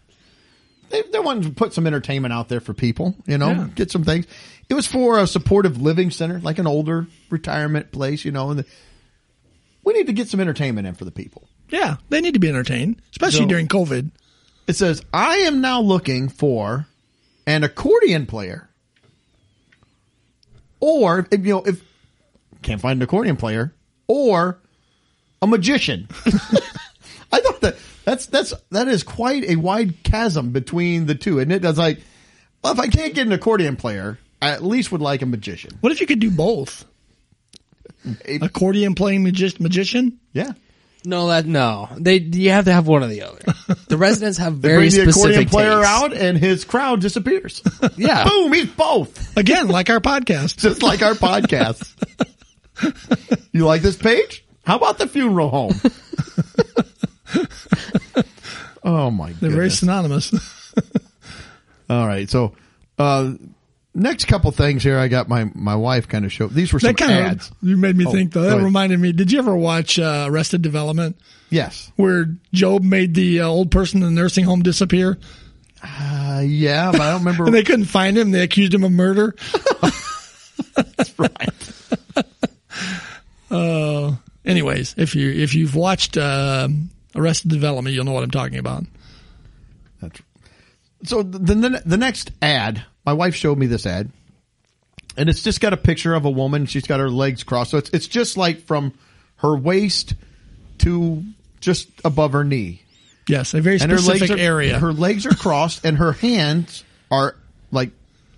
S1: They, they wanted to put some entertainment out there for people, you know,
S2: Yeah.
S1: get some things. It was for a supportive living center, like an older retirement place, you know, and the, we need to get some entertainment in for the people.
S2: yeah, they need to be entertained, especially
S1: So-
S2: during COVID.
S1: It says, I am now looking for an accordion player. Or if you know, if can't find an accordion player, or a magician. I thought that that's that's that is quite a wide chasm between the two, isn't it? That's like well, if I can't get an accordion player, I at least would like a magician.
S2: What if you could do both? Accordion playing magi- magician?
S1: Yeah.
S3: No, that no. They you have to have one or the other. The residents have very
S1: Bring the accordion
S3: specific
S1: player
S3: tastes.
S1: out and his crowd disappears.
S3: Yeah.
S1: Boom, he's both.
S2: Again, like our podcast.
S1: just like our podcast. you like this page? How about the funeral home? oh my
S2: They're very
S1: goodness!
S2: synonymous.
S1: All right, so uh, next couple things here. I got my my wife kind of show. These were some
S2: That kind
S1: ads. Oh,
S2: of you made me think though.
S1: go
S2: That
S1: ahead.
S2: reminded me. Did you ever watch uh, Arrested Development,
S1: Yes.
S2: where Job made the uh, old person in the nursing home disappear,
S1: Uh, yeah, but I don't remember.
S2: and they couldn't find him? They accused him of murder.
S1: right.
S2: Uh, Anyways, if you if you've watched um Arrested Development, you'll know what I'm talking about.
S1: That's so. The, the the next ad, my wife showed me this ad, and it's just got a picture of a woman. She's got her legs crossed, so it's it's just like from her waist to just above her knee,
S2: Yes, a very
S1: and her
S2: specific
S1: legs are,
S2: area
S1: Her legs are crossed, and her hands are like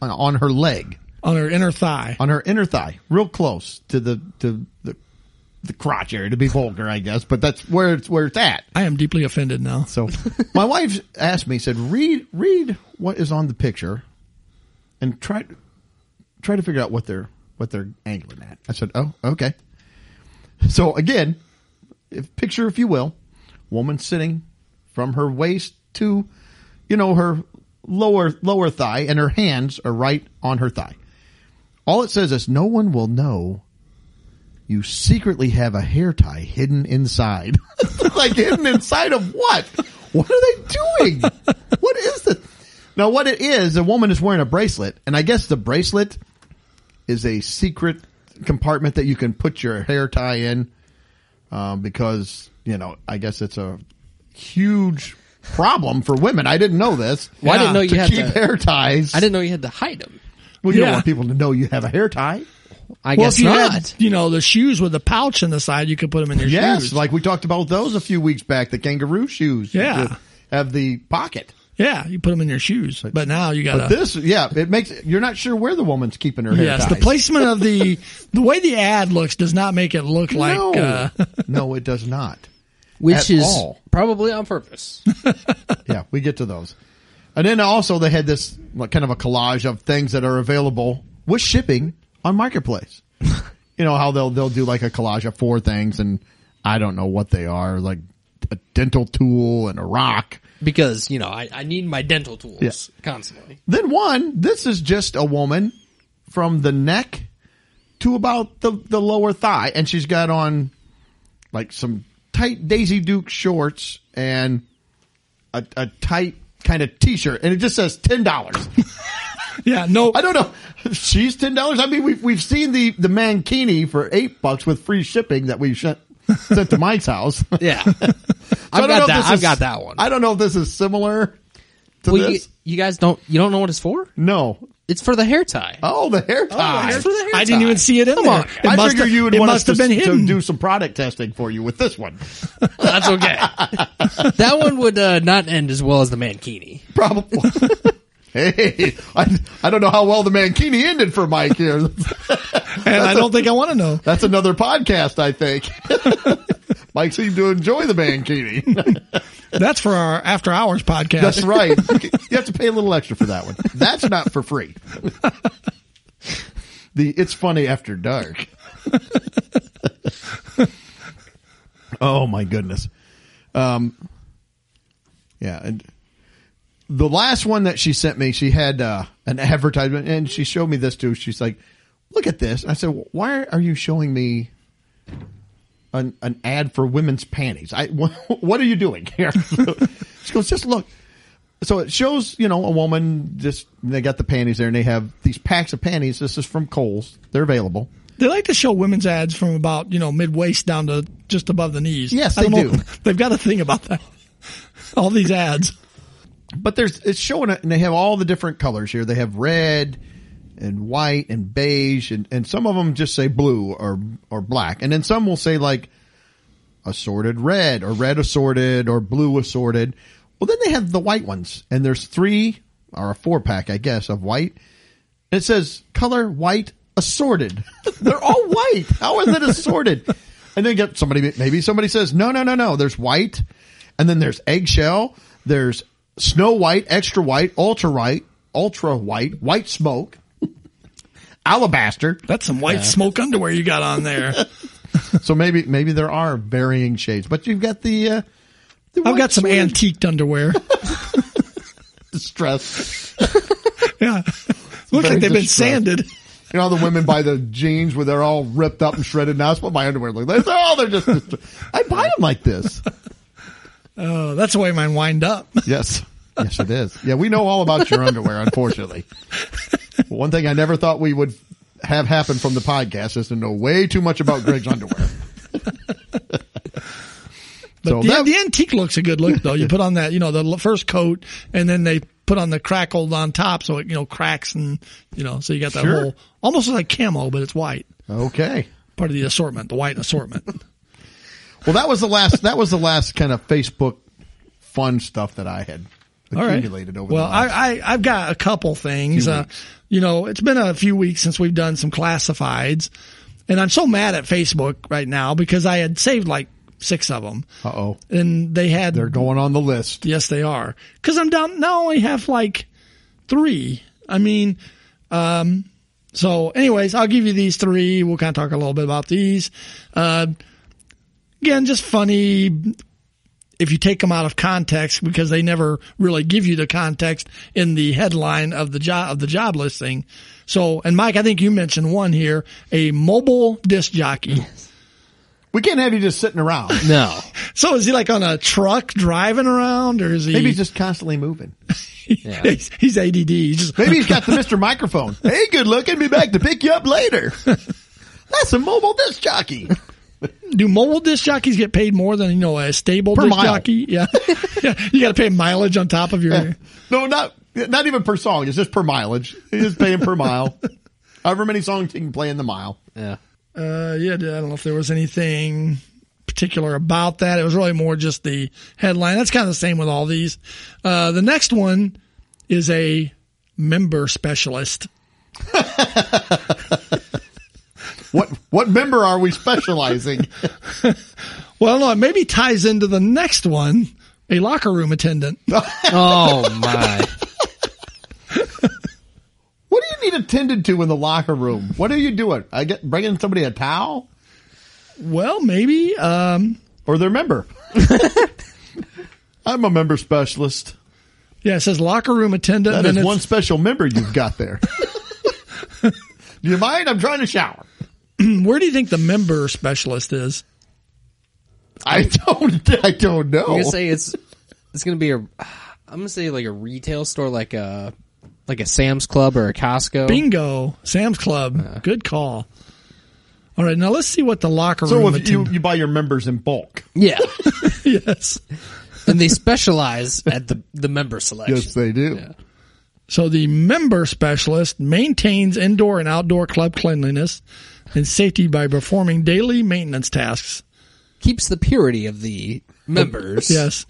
S1: on- on her leg,
S2: on her inner thigh.
S1: on her inner thigh, real close to the to the the crotch area. To be vulgar, I guess, but that's where it's where it's at.
S2: I am deeply offended now.
S1: So my wife asked me, said, "Read, read what is on the picture, and try, try to figure out what they're what they're angling at." I said, "Oh, okay." So again, if, picture, if you will, woman sitting from her waist to, you know, her lower lower thigh, and her hands are right on her thigh. All it says is, "No one will know." You secretly have a hair tie hidden inside, like hidden inside of what? What are they doing? What is this? Now, what it is, a woman is wearing a bracelet, and I guess the bracelet is a secret compartment that you can put your hair tie in, um, because you know, I guess it's a huge problem for women. I didn't know this.
S3: Well, I
S2: didn't know
S3: you
S1: to
S3: had
S1: keep
S3: to-
S1: hair ties.
S3: I didn't know you had to hide them.
S1: Well, you
S2: Yeah.
S1: don't want people to know you have a hair tie.
S3: I
S2: well,
S3: guess
S2: if you
S3: not.
S2: had you know the shoes with the pouch in the side, you could put them in your
S1: Yes,
S2: shoes.
S1: like we talked about those a few weeks back. The kangaroo shoes,
S2: Yeah.
S1: that have the pocket.
S2: yeah, you put them in your shoes. But now you got to
S1: This, yeah, it makes you're not sure where the woman's keeping her hair.
S2: Uh, Yes, the
S1: ties.
S2: placement of the the way the ad looks does not make it look like
S1: No,
S2: uh,
S1: no, it does not. at
S3: Which is
S1: all.
S3: probably on purpose.
S1: Yeah, we get to those, and then also they had this like, kind of a collage of things that are available with shipping on marketplace. you know how they'll they'll do like a collage of four things, and I don't know what they are, like a dental tool and a rock.
S3: Because, you know, I, I need my dental tools
S1: Yeah.
S3: constantly.
S1: Then one, this is just a woman from the neck to about the, the lower thigh, and she's got on like some tight Daisy Duke shorts and a, a tight kind of t-shirt, and it just says ten dollars.
S2: yeah no
S1: I don't know. She's ten dollars. I mean, we've we've seen the the mankini for eight bucks with free shipping that we sent sent to Mike's house. So
S3: Yeah.
S1: I
S3: I've
S1: don't know
S3: got
S1: if
S3: that.
S1: this
S3: I've
S1: is-
S3: got that one.
S1: I don't know if this is similar to
S3: Well, you,
S1: this.
S3: you guys don't you don't know what it's for?
S1: No.
S3: It's for the hair tie.
S1: Oh, the hair tie.
S3: hair
S2: I,
S3: It's for the hair
S2: I didn't
S3: tie.
S2: even see it in
S3: Come
S2: there.
S3: on.
S2: It
S1: I
S2: must
S1: figure
S2: have-
S1: you would
S2: it
S1: want
S2: must
S1: us
S2: have been
S1: to, to
S2: hidden.
S1: do some product testing for you with this one.
S3: That's okay. that one would uh, not end as well as the mankini.
S1: Probably. hey, I, I don't know how well the Mankini ended for Mike here.
S2: and I don't think I want to know.
S1: That's another podcast, I think. Mike seemed to enjoy the Mankini.
S2: That's for our after hours podcast.
S1: That's right. You have to pay a little extra for that one. That's not for free. the it's funny after dark. oh my goodness. Um, yeah, and the last one that she sent me, she had uh, an advertisement, and she showed me this too. She's like, "Look at this." I said, "Why are you showing me?" An, an ad for women's panties. I what, what are you doing here? she goes, just look so it shows you know a woman just they got the panties there and they have these packs of panties this is from Kohl's they're available
S2: They like to show women's ads from about you know mid waist down to just above the knees.
S1: Yes,
S2: I don't
S1: they
S2: know-
S1: do.
S2: They've got a thing about that. All these ads.
S1: but there's it's showing it and they have all the different colors here they have red and white and beige and, and some of them just say blue or or black and then some will say like assorted red or red assorted or blue assorted well then they have the white ones and there's three or a four pack I guess of white It says color white assorted. They're all white. How is it assorted? And then get somebody, maybe somebody says, no, no, no, no. There's white, and then there's eggshell. There's snow white, extra white, ultra white, ultra white, white smoke, alabaster.
S2: That's some white smoke underwear you got on there.
S1: So maybe, maybe there are varying shades, but you've got the. Uh, the
S2: I've
S1: white
S2: got some
S1: sort of
S2: antiqued underwear.
S1: distress.
S2: Yeah, looks like they've been
S1: distressed.
S2: sanded.
S1: You know, how the women buy the jeans where they're all ripped up and shredded. Now that's what my underwear looks like. They're all they're just. I buy them like this.
S2: Oh, that's the way mine wind up.
S1: Yes. Yes, it is. Yeah, we know all about your underwear, unfortunately. One thing I never thought we would have happen from the podcast is to know way too much about Greg's underwear. so
S2: the,
S1: that,
S2: the antique looks a good look though. You put on that, you know, the l- first coat and then they put on the crackled on top so it, you know, cracks and, you know, so you got that
S1: Sure.
S2: whole, almost like camo, but it's white.
S1: okay.
S2: Part of the assortment, the white assortment.
S1: Well, that was the last. That was the last kind of Facebook fun stuff that I had
S2: All right.
S1: accumulated over.
S2: well,
S1: the last.
S2: I, I, I've got a couple things. Uh, you know, it's been a few weeks since we've done some classifieds and I'm so mad at Facebook right now because I had saved like six of them
S1: uh oh,
S2: and they had
S1: they're going on the list.
S2: Yes, they are. Because I'm down. Now I only have like three. I mean, um, so anyways, I'll give you these three. We'll kind of talk a little bit about these. Uh, again, just funny. If you take them out of context, because they never really give you the context in the headline of the job of the job listing. So, and Mike, I think you mentioned one here: a mobile disc jockey.
S1: We can't have you just sitting around.
S3: No.
S2: So, is he like on a truck driving around, or is he?
S1: Maybe he's just constantly moving.
S3: Yeah.
S2: he's, he's ADD. He's just
S1: Maybe he's got the Mister Microphone. Hey, good looking. Be back to pick you up later. That's a mobile disc jockey.
S2: Do mobile disc jockeys get paid more than you know a stable
S1: Per
S2: disc
S1: mile.
S2: jockey? Yeah, yeah. You got to pay mileage on top of your.
S1: No, not not even per song. It's just per mileage. He's just paying per mile. However many songs he can play in the mile.
S3: Yeah.
S2: Uh, yeah, I don't know if there was anything particular about that. It was really more just the headline. That's kind of the same with all these. Uh, the next one is a member specialist.
S1: What what member are we specializing?
S2: Well, no, it maybe ties into the next one, a locker room attendant.
S3: Oh my.
S1: What do you need attended to in the locker room? What are you doing? I get bringing somebody a towel
S2: well, maybe. Um,
S1: or their member. I'm a member specialist.
S2: yeah, it says locker room attendant.
S1: That
S2: then
S1: is
S2: it's-
S1: one special member you've got there. do you mind? I'm trying to shower.
S2: Hmm, Where do you think the member specialist is?
S1: I don't. I don't know.
S3: I'm gonna say it's it's gonna be a. I'm gonna say like a retail store, like a like a Sam's Club or a Costco.
S2: Bingo. Sam's Club. Good call. All right, now let's see what the locker
S1: so
S2: room
S1: if you,
S2: attendant.
S1: you buy your members in bulk.
S3: Yeah,
S2: yes.
S3: and they specialize at the the member selection.
S1: Yes, they do.
S2: So the member specialist maintains indoor and outdoor club cleanliness and safety by performing daily maintenance tasks.
S3: Keeps the purity of the members.
S2: Yes.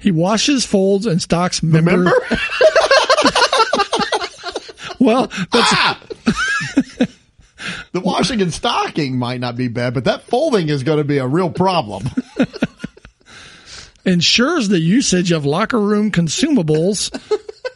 S2: He washes, folds, and stocks member.
S1: Member?
S2: Well, that's
S1: Ah! the washing and stocking might not be bad, but that folding is going to be a real problem.
S2: ensures the usage of locker room consumables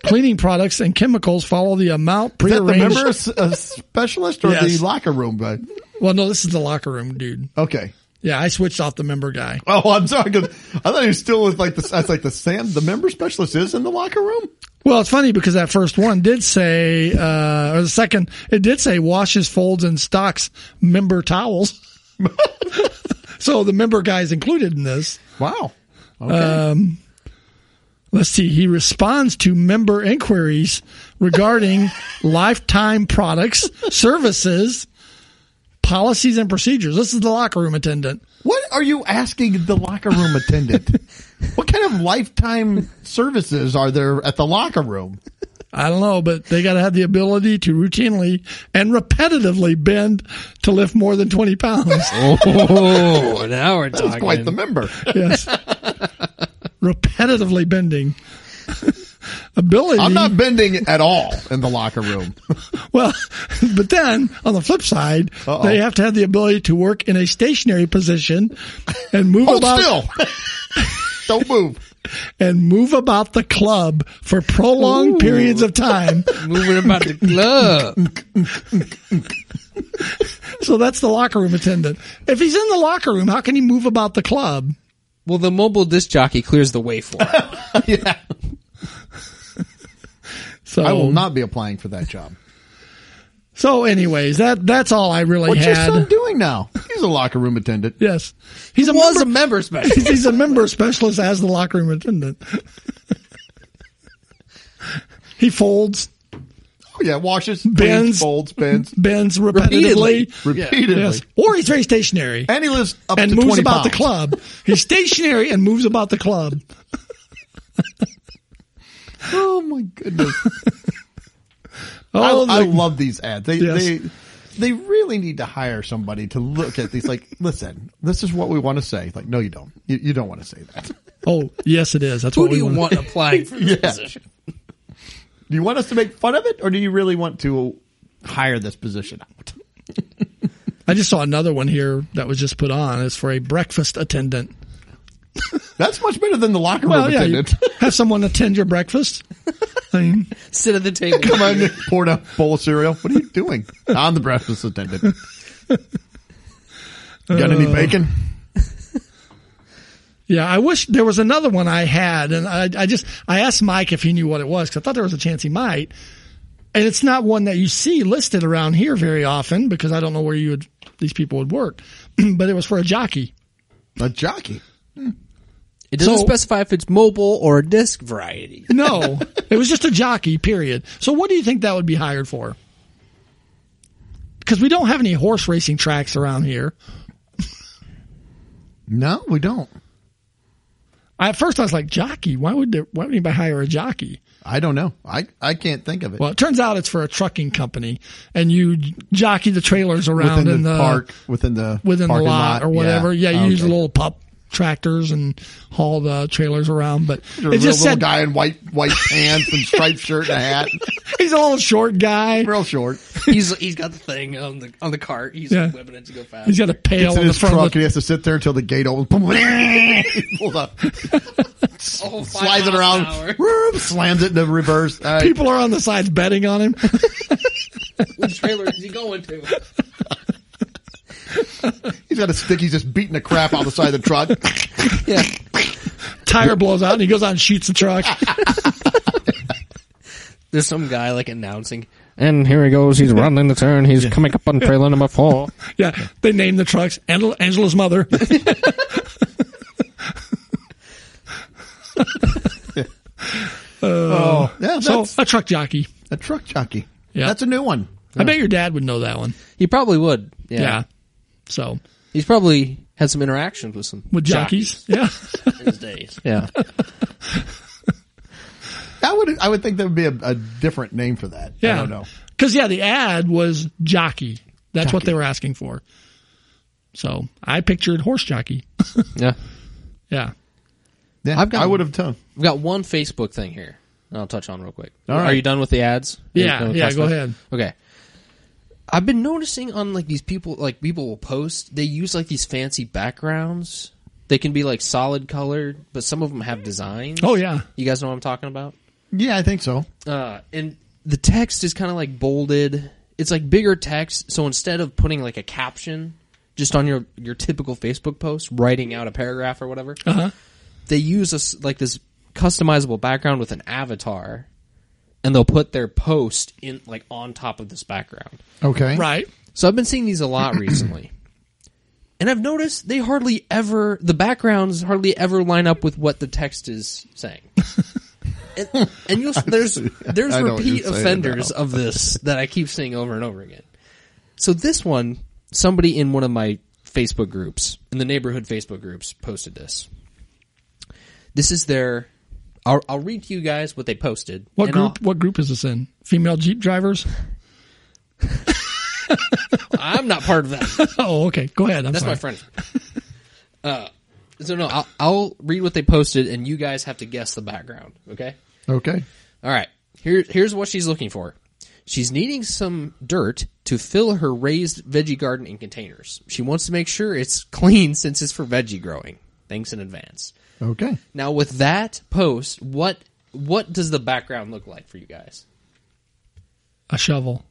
S2: Cleaning products and chemicals follow the amount
S1: Is that the
S2: prearranged.
S1: member s- a specialist or
S2: Yes.
S1: the locker room? But
S2: well, no, this is the locker room dude.
S1: okay.
S2: Yeah, I switched off the member guy.
S1: Oh, I'm sorry. 'cause I thought he was still with like the. That's like the Sam. The member specialist is in the locker room.
S2: Well, it's funny because that first one did say, uh, or the second, it did say washes, folds, and stocks member towels. so the member guy's included in this.
S1: Wow. Okay.
S2: Let's see. He responds to member inquiries regarding lifetime products, services, policies, and procedures. This is the locker room attendant.
S1: what are you asking the locker room attendant? what kind of lifetime services are there at the locker room?
S2: I don't know, but they got to have the ability to routinely and repetitively bend to lift more than 20 pounds.
S3: Oh, now we're
S1: That's
S3: talking.
S1: quite the member.
S2: yes. repetitively bending. ability.
S1: I'm not bending at all in the locker room.
S2: Well, but then on the flip side,
S1: Uh-oh.
S2: they have to have the ability to work in a stationary position and move
S1: Hold
S2: about
S1: still. Don't move.
S2: and move about the club for prolonged periods of time.
S3: Moving about the club.
S2: So that's the locker room attendant. If he's in the locker room, how can he move about the club?
S3: Well, the mobile disc jockey clears the way for it.
S1: Yeah.
S2: So
S1: I will not be applying for that job.
S2: So, anyways, that that's all I really
S1: What's your
S2: had.
S1: son doing now? He's a locker room attendant.
S2: Yes, he's a
S3: Was a
S2: member.
S3: member special.
S2: he's, he's a member specialist as the locker room attendant. he folds,
S1: Oh, yeah, washes,
S2: Bends.
S1: bends, folds, bends
S2: bends repetitively.
S1: repeatedly.
S2: Yes, or he's very stationary.
S1: And he lives up
S2: and
S1: to
S2: moves
S1: 20
S2: about the
S1: pounds.
S2: club. He's stationary and moves about the club.
S1: Oh my goodness! I,
S2: Oh,
S1: I
S2: the-
S1: love these ads. They
S2: Yes.
S1: they they really need to hire somebody to look at these. Like, listen, this is what we want to say. Like, no, you don't. You, you don't want to say that.
S2: oh, yes, it is. That's
S3: Who
S2: what we
S3: do you
S2: wanted.
S3: want applying for this
S1: Yeah.
S3: position?
S1: Do you want us to make fun of it, or do you really want to hire this position out?
S2: I just saw another one here that was just put on. It's for a breakfast attendant.
S1: That's much better than the locker room
S2: Well, yeah, you
S1: Oh, attendant.
S2: have someone attend your breakfast. I mean,
S3: Sit at the table.
S1: Come on, Nick, poured a bowl of cereal. What are you doing? I'm the breakfast attendant. Uh. Got any bacon?
S2: yeah, I wish there was another one I had, and I, I just I asked Mike if he knew what it was because I thought there was a chance he might. And it's not one that you see listed around here very often because I don't know where you would these people would work. but it was for a jockey.
S1: A jockey.
S3: It doesn't
S2: So-
S3: specify if it's mobile or disc variety.
S2: No, it was just a jockey, period. So what do you think that would be hired for? Because we don't have any horse racing tracks around here.
S1: No, we don't.
S2: I, at first, I was like, jockey? Why would there, why would anybody hire a jockey?
S1: I don't know. I I can't think of it.
S2: Well, it turns out it's for a trucking company, and you j- jockey the trailers around
S1: within the,
S2: in the
S1: park, within the
S2: within the lot,
S1: parking Oh,
S2: or whatever. Yeah, you
S1: Okay.
S2: use little pup tractors and haul the trailers around. But
S1: There's a
S2: it
S1: real
S2: just
S1: little
S2: said
S1: guy in white white pants and striped shirt and a hat,
S2: he's a little short guy.
S1: real short.
S3: He's he's got the thing on the on the cart. He's
S2: Yeah.
S3: whipping it to go fast.
S2: He's got a
S1: Gets
S2: pail
S1: in
S2: in the
S1: his
S2: front.
S1: truck
S2: of
S1: and he has to sit there until the gate opens. Boom, he pulls up,
S3: oh, five
S1: slides it
S3: miles an
S1: around,
S3: hour.
S1: whoop, slams it into reverse. All
S2: the,
S1: right.
S2: people are on the sides betting on him.
S3: Which trailer is he going to?
S1: He's got a stick. He's just beating the crap out of the side of the truck.
S3: Yeah.
S2: tire blows out and he goes out and shoots the truck.
S3: There's some guy like announcing, and here he goes. He's running the turn. He's coming up on trailer number four.
S2: yeah, they name the trucks Angel- Angela's mother.
S1: Oh, yeah, that's
S2: so a truck jockey.
S1: a truck jockey.
S2: Yeah.
S1: That's a new one.
S2: I bet your dad would know that one.
S3: He probably would. Yeah.
S2: Yeah. So
S3: He's probably had some interactions with some
S2: with jockeys, yeah.
S3: in his days. Yeah.
S1: I would I would think there would be a, a different name for that.
S2: yeah.
S1: I don't know.
S2: Because yeah, the ad was jockey. That's what
S1: Jockey.
S2: they were asking for. So I pictured horse jockey.
S3: Yeah.
S2: Yeah.
S1: Yeah,
S3: I've got
S1: I
S3: one.
S1: would have done.
S3: We've got one Facebook thing here. and I'll touch on real quick.
S1: All right.
S3: Are you done with the ads? Are you
S2: Yeah,
S3: done with
S2: yeah,
S3: customers?
S2: go ahead.
S3: Okay. I've been noticing on like these people, like people will post, they use like these fancy backgrounds. They can be like solid colored, but some of them have designs.
S2: Oh yeah.
S3: You guys know what I'm talking about?
S1: Yeah, I think so.
S3: uh, and the text is kind of like bolded. It's like bigger text, so instead of putting like a caption just on your your typical Facebook post, writing out a paragraph or whatever,
S2: Uh-huh.
S3: they use us like this customizable background with an avatar, and they'll put their post in like on top of this background.
S1: Okay.
S2: Right.
S3: So I've been seeing these a lot recently. And I've noticed they hardly ever the backgrounds hardly ever line up with what the text is saying. and, and you'll there's there's
S1: I know what
S3: repeat
S1: you're saying
S3: offenders
S1: now.
S3: of this that I keep seeing over and over again. So this one, somebody in one of my Facebook groups, in the neighborhood Facebook groups, posted this. This is their. I'll, I'll read to you guys what they posted.
S2: What
S3: and
S2: group? What group is this in? Female Jeep drivers?
S3: I'll- I'm not part of that.
S2: Oh, okay. Go ahead. I'm
S3: That's
S2: sorry.
S3: my friend. Uh, so no, I'll, I'll read what they posted, and you guys have to guess the background. Okay.
S1: Okay.
S3: All right. Here, here's what she's looking for. She's needing some dirt to fill her raised veggie garden in containers. She wants to make sure it's clean since it's for veggie growing. Thanks in advance.
S1: Okay.
S3: Now, with that post, what what does the background look like for you guys?
S2: A shovel.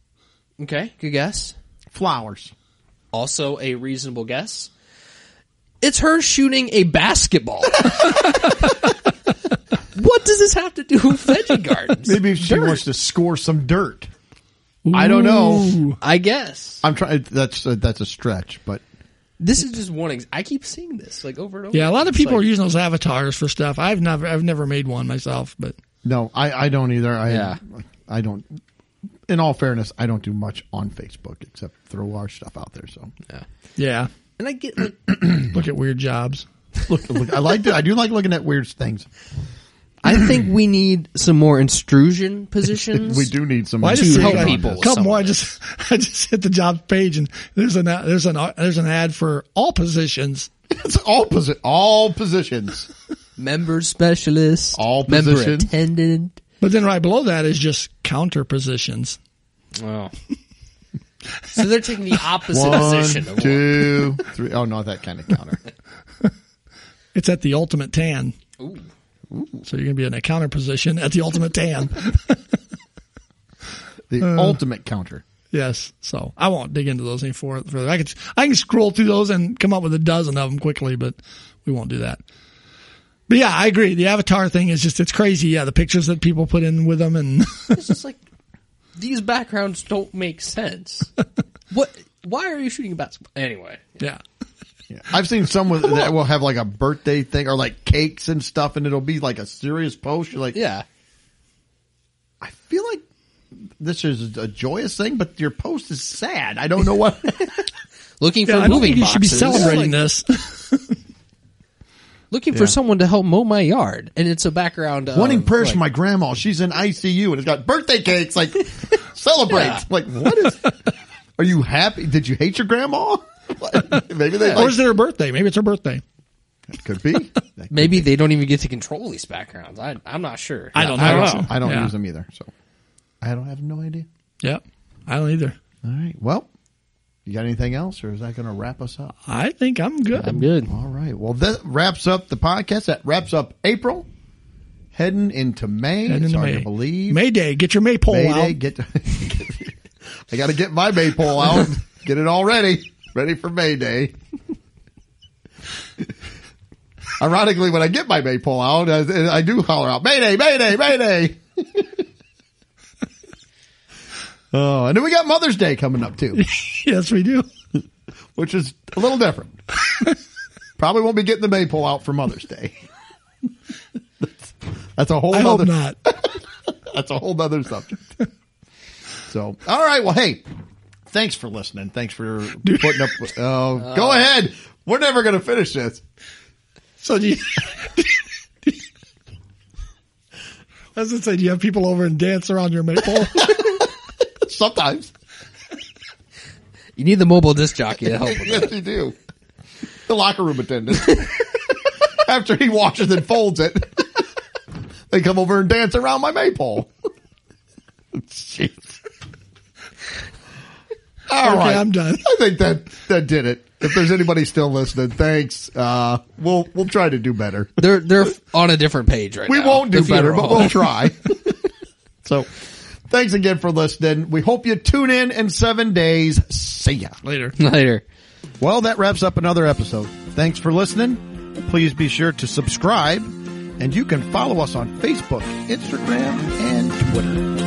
S3: Okay, good guess.
S1: Flowers.
S3: Also, a reasonable guess. It's her shooting a basketball. what does this have to do with veggie gardens?
S1: Maybe she
S3: Dirt,
S1: wants to score some dirt. I don't know.
S2: Ooh.
S3: I guess
S1: I'm trying. That's a, that's a stretch, but
S3: this is just one. Ex- I keep seeing this like over and over.
S2: Yeah, a lot of
S3: It's
S2: people
S3: like-
S2: are using those avatars for stuff. I've never, I've never made one myself, but
S1: no, I, I don't either. I
S3: Yeah.
S1: I don't. In all fairness, I don't do much on Facebook except throw our stuff out there. So
S2: yeah,
S3: and I get like,
S2: look at weird jobs.
S1: look, look, I like to, I do like looking at weird things.
S3: I think we need some more instrusion positions.
S1: We do need some
S2: Well, I
S1: to
S2: just
S3: help
S1: hate on
S3: people.
S1: this.
S3: with
S2: Couple more. I
S3: someone.
S2: just, I just hit the job page, and there's an, there's an, there's an ad for all positions.
S1: It's all posi- all positions.
S3: member specialist,
S1: All
S3: member
S1: positions.
S3: attendant.
S2: But then right below that is just counter positions.
S3: Wow. so they're taking the opposite
S1: One,
S3: position. Of one.
S1: two, three. Oh, not that kind of counter.
S2: It's at the ultimate tan,
S3: Ooh.
S2: so you're gonna be in a counter position at the ultimate tan.
S1: The ultimate counter.
S2: Yes, so I won't dig into those any for- further. I could, I can scroll through those and come up with a dozen of them quickly, but we won't do that. But yeah, I agree. The avatar thing is just it's crazy. Yeah, the pictures that people put in with them, and
S3: It's just like these backgrounds don't make sense. what? Why are you shooting a basketball? Anyway,
S2: yeah,
S1: Yeah. I've seen some with, that will have like a birthday thing or like cakes and stuff, and it'll be like a serious post. You're like,
S3: yeah,
S1: I feel like this is a joyous thing, but your post is sad. I don't know what.
S3: looking for
S2: yeah I don't
S3: moving
S2: think you should be
S3: boxes.
S2: celebrating
S3: Like,
S2: this.
S3: looking for someone to help mow my yard, and it's a background. Of,
S2: Oh,
S1: Wanting prayers for
S3: like,
S1: my grandma. She's in ICU and it's got birthday cakes. Like, celebrate.
S3: Yeah.
S1: Like, what is? Are you happy? Did you hate your grandma? What? Maybe they.
S2: or
S1: Like,
S2: is it her birthday? Maybe it's her birthday.
S1: could be. That could
S3: Maybe they don't even get to control these backgrounds. I, I'm not sure.
S2: I don't know.
S1: I don't, I don't
S2: Yeah.
S1: use them either, so I don't have no idea.
S2: Yep, I don't either.
S1: All right. Well, you got anything else, or is that going to wrap us up?
S2: I think I'm good.
S3: I'm good.
S1: All right. Well, that wraps up the podcast. That wraps up April. Heading into May.
S2: Heading
S1: it's
S2: into
S1: hard
S2: May.
S1: to believe.
S2: May Day. Get your May pole
S1: May
S2: out.
S1: Day, Get. I got to get my May pole out. get it all ready. Ready for May Day. Ironically, when I get my May pole out, I, I do holler out Mayday, Mayday, Mayday. oh, and then we got Mother's Day coming up too,
S2: yes, we do.
S1: which is a little different. Probably won't be getting the May pole out for Mother's Day. that's a whole
S2: I hope
S1: other
S2: not.
S1: that's a whole other subject. so, all right. Well, hey, thanks for listening. Thanks for putting up. with- Oh,
S2: Uh,
S1: go ahead. We're never going to finish this.
S2: So do you? I was gonna say, do you have people over and dance around your maple?
S1: Sometimes,
S3: You need the mobile disc jockey to help with that.
S1: yes, you do. The locker room attendant, after he washes and folds it, they come over and dance around my maypole. Jeez. All All
S2: okay,
S1: right.
S2: I'm done.
S1: I think that that did it. If there's anybody still listening, thanks. Uh, we'll we'll try to do better.
S3: They're they're on a different page right
S1: We
S3: now.
S1: won't do
S3: The
S1: better,
S3: funeral.
S1: but we'll try. so, thanks again for listening. We hope you tune in in seven days. See ya.
S2: Later.
S3: later.
S1: Well, that wraps up another episode. Thanks for listening. Please be sure to subscribe, and you can follow us on Facebook, Instagram, and Twitter.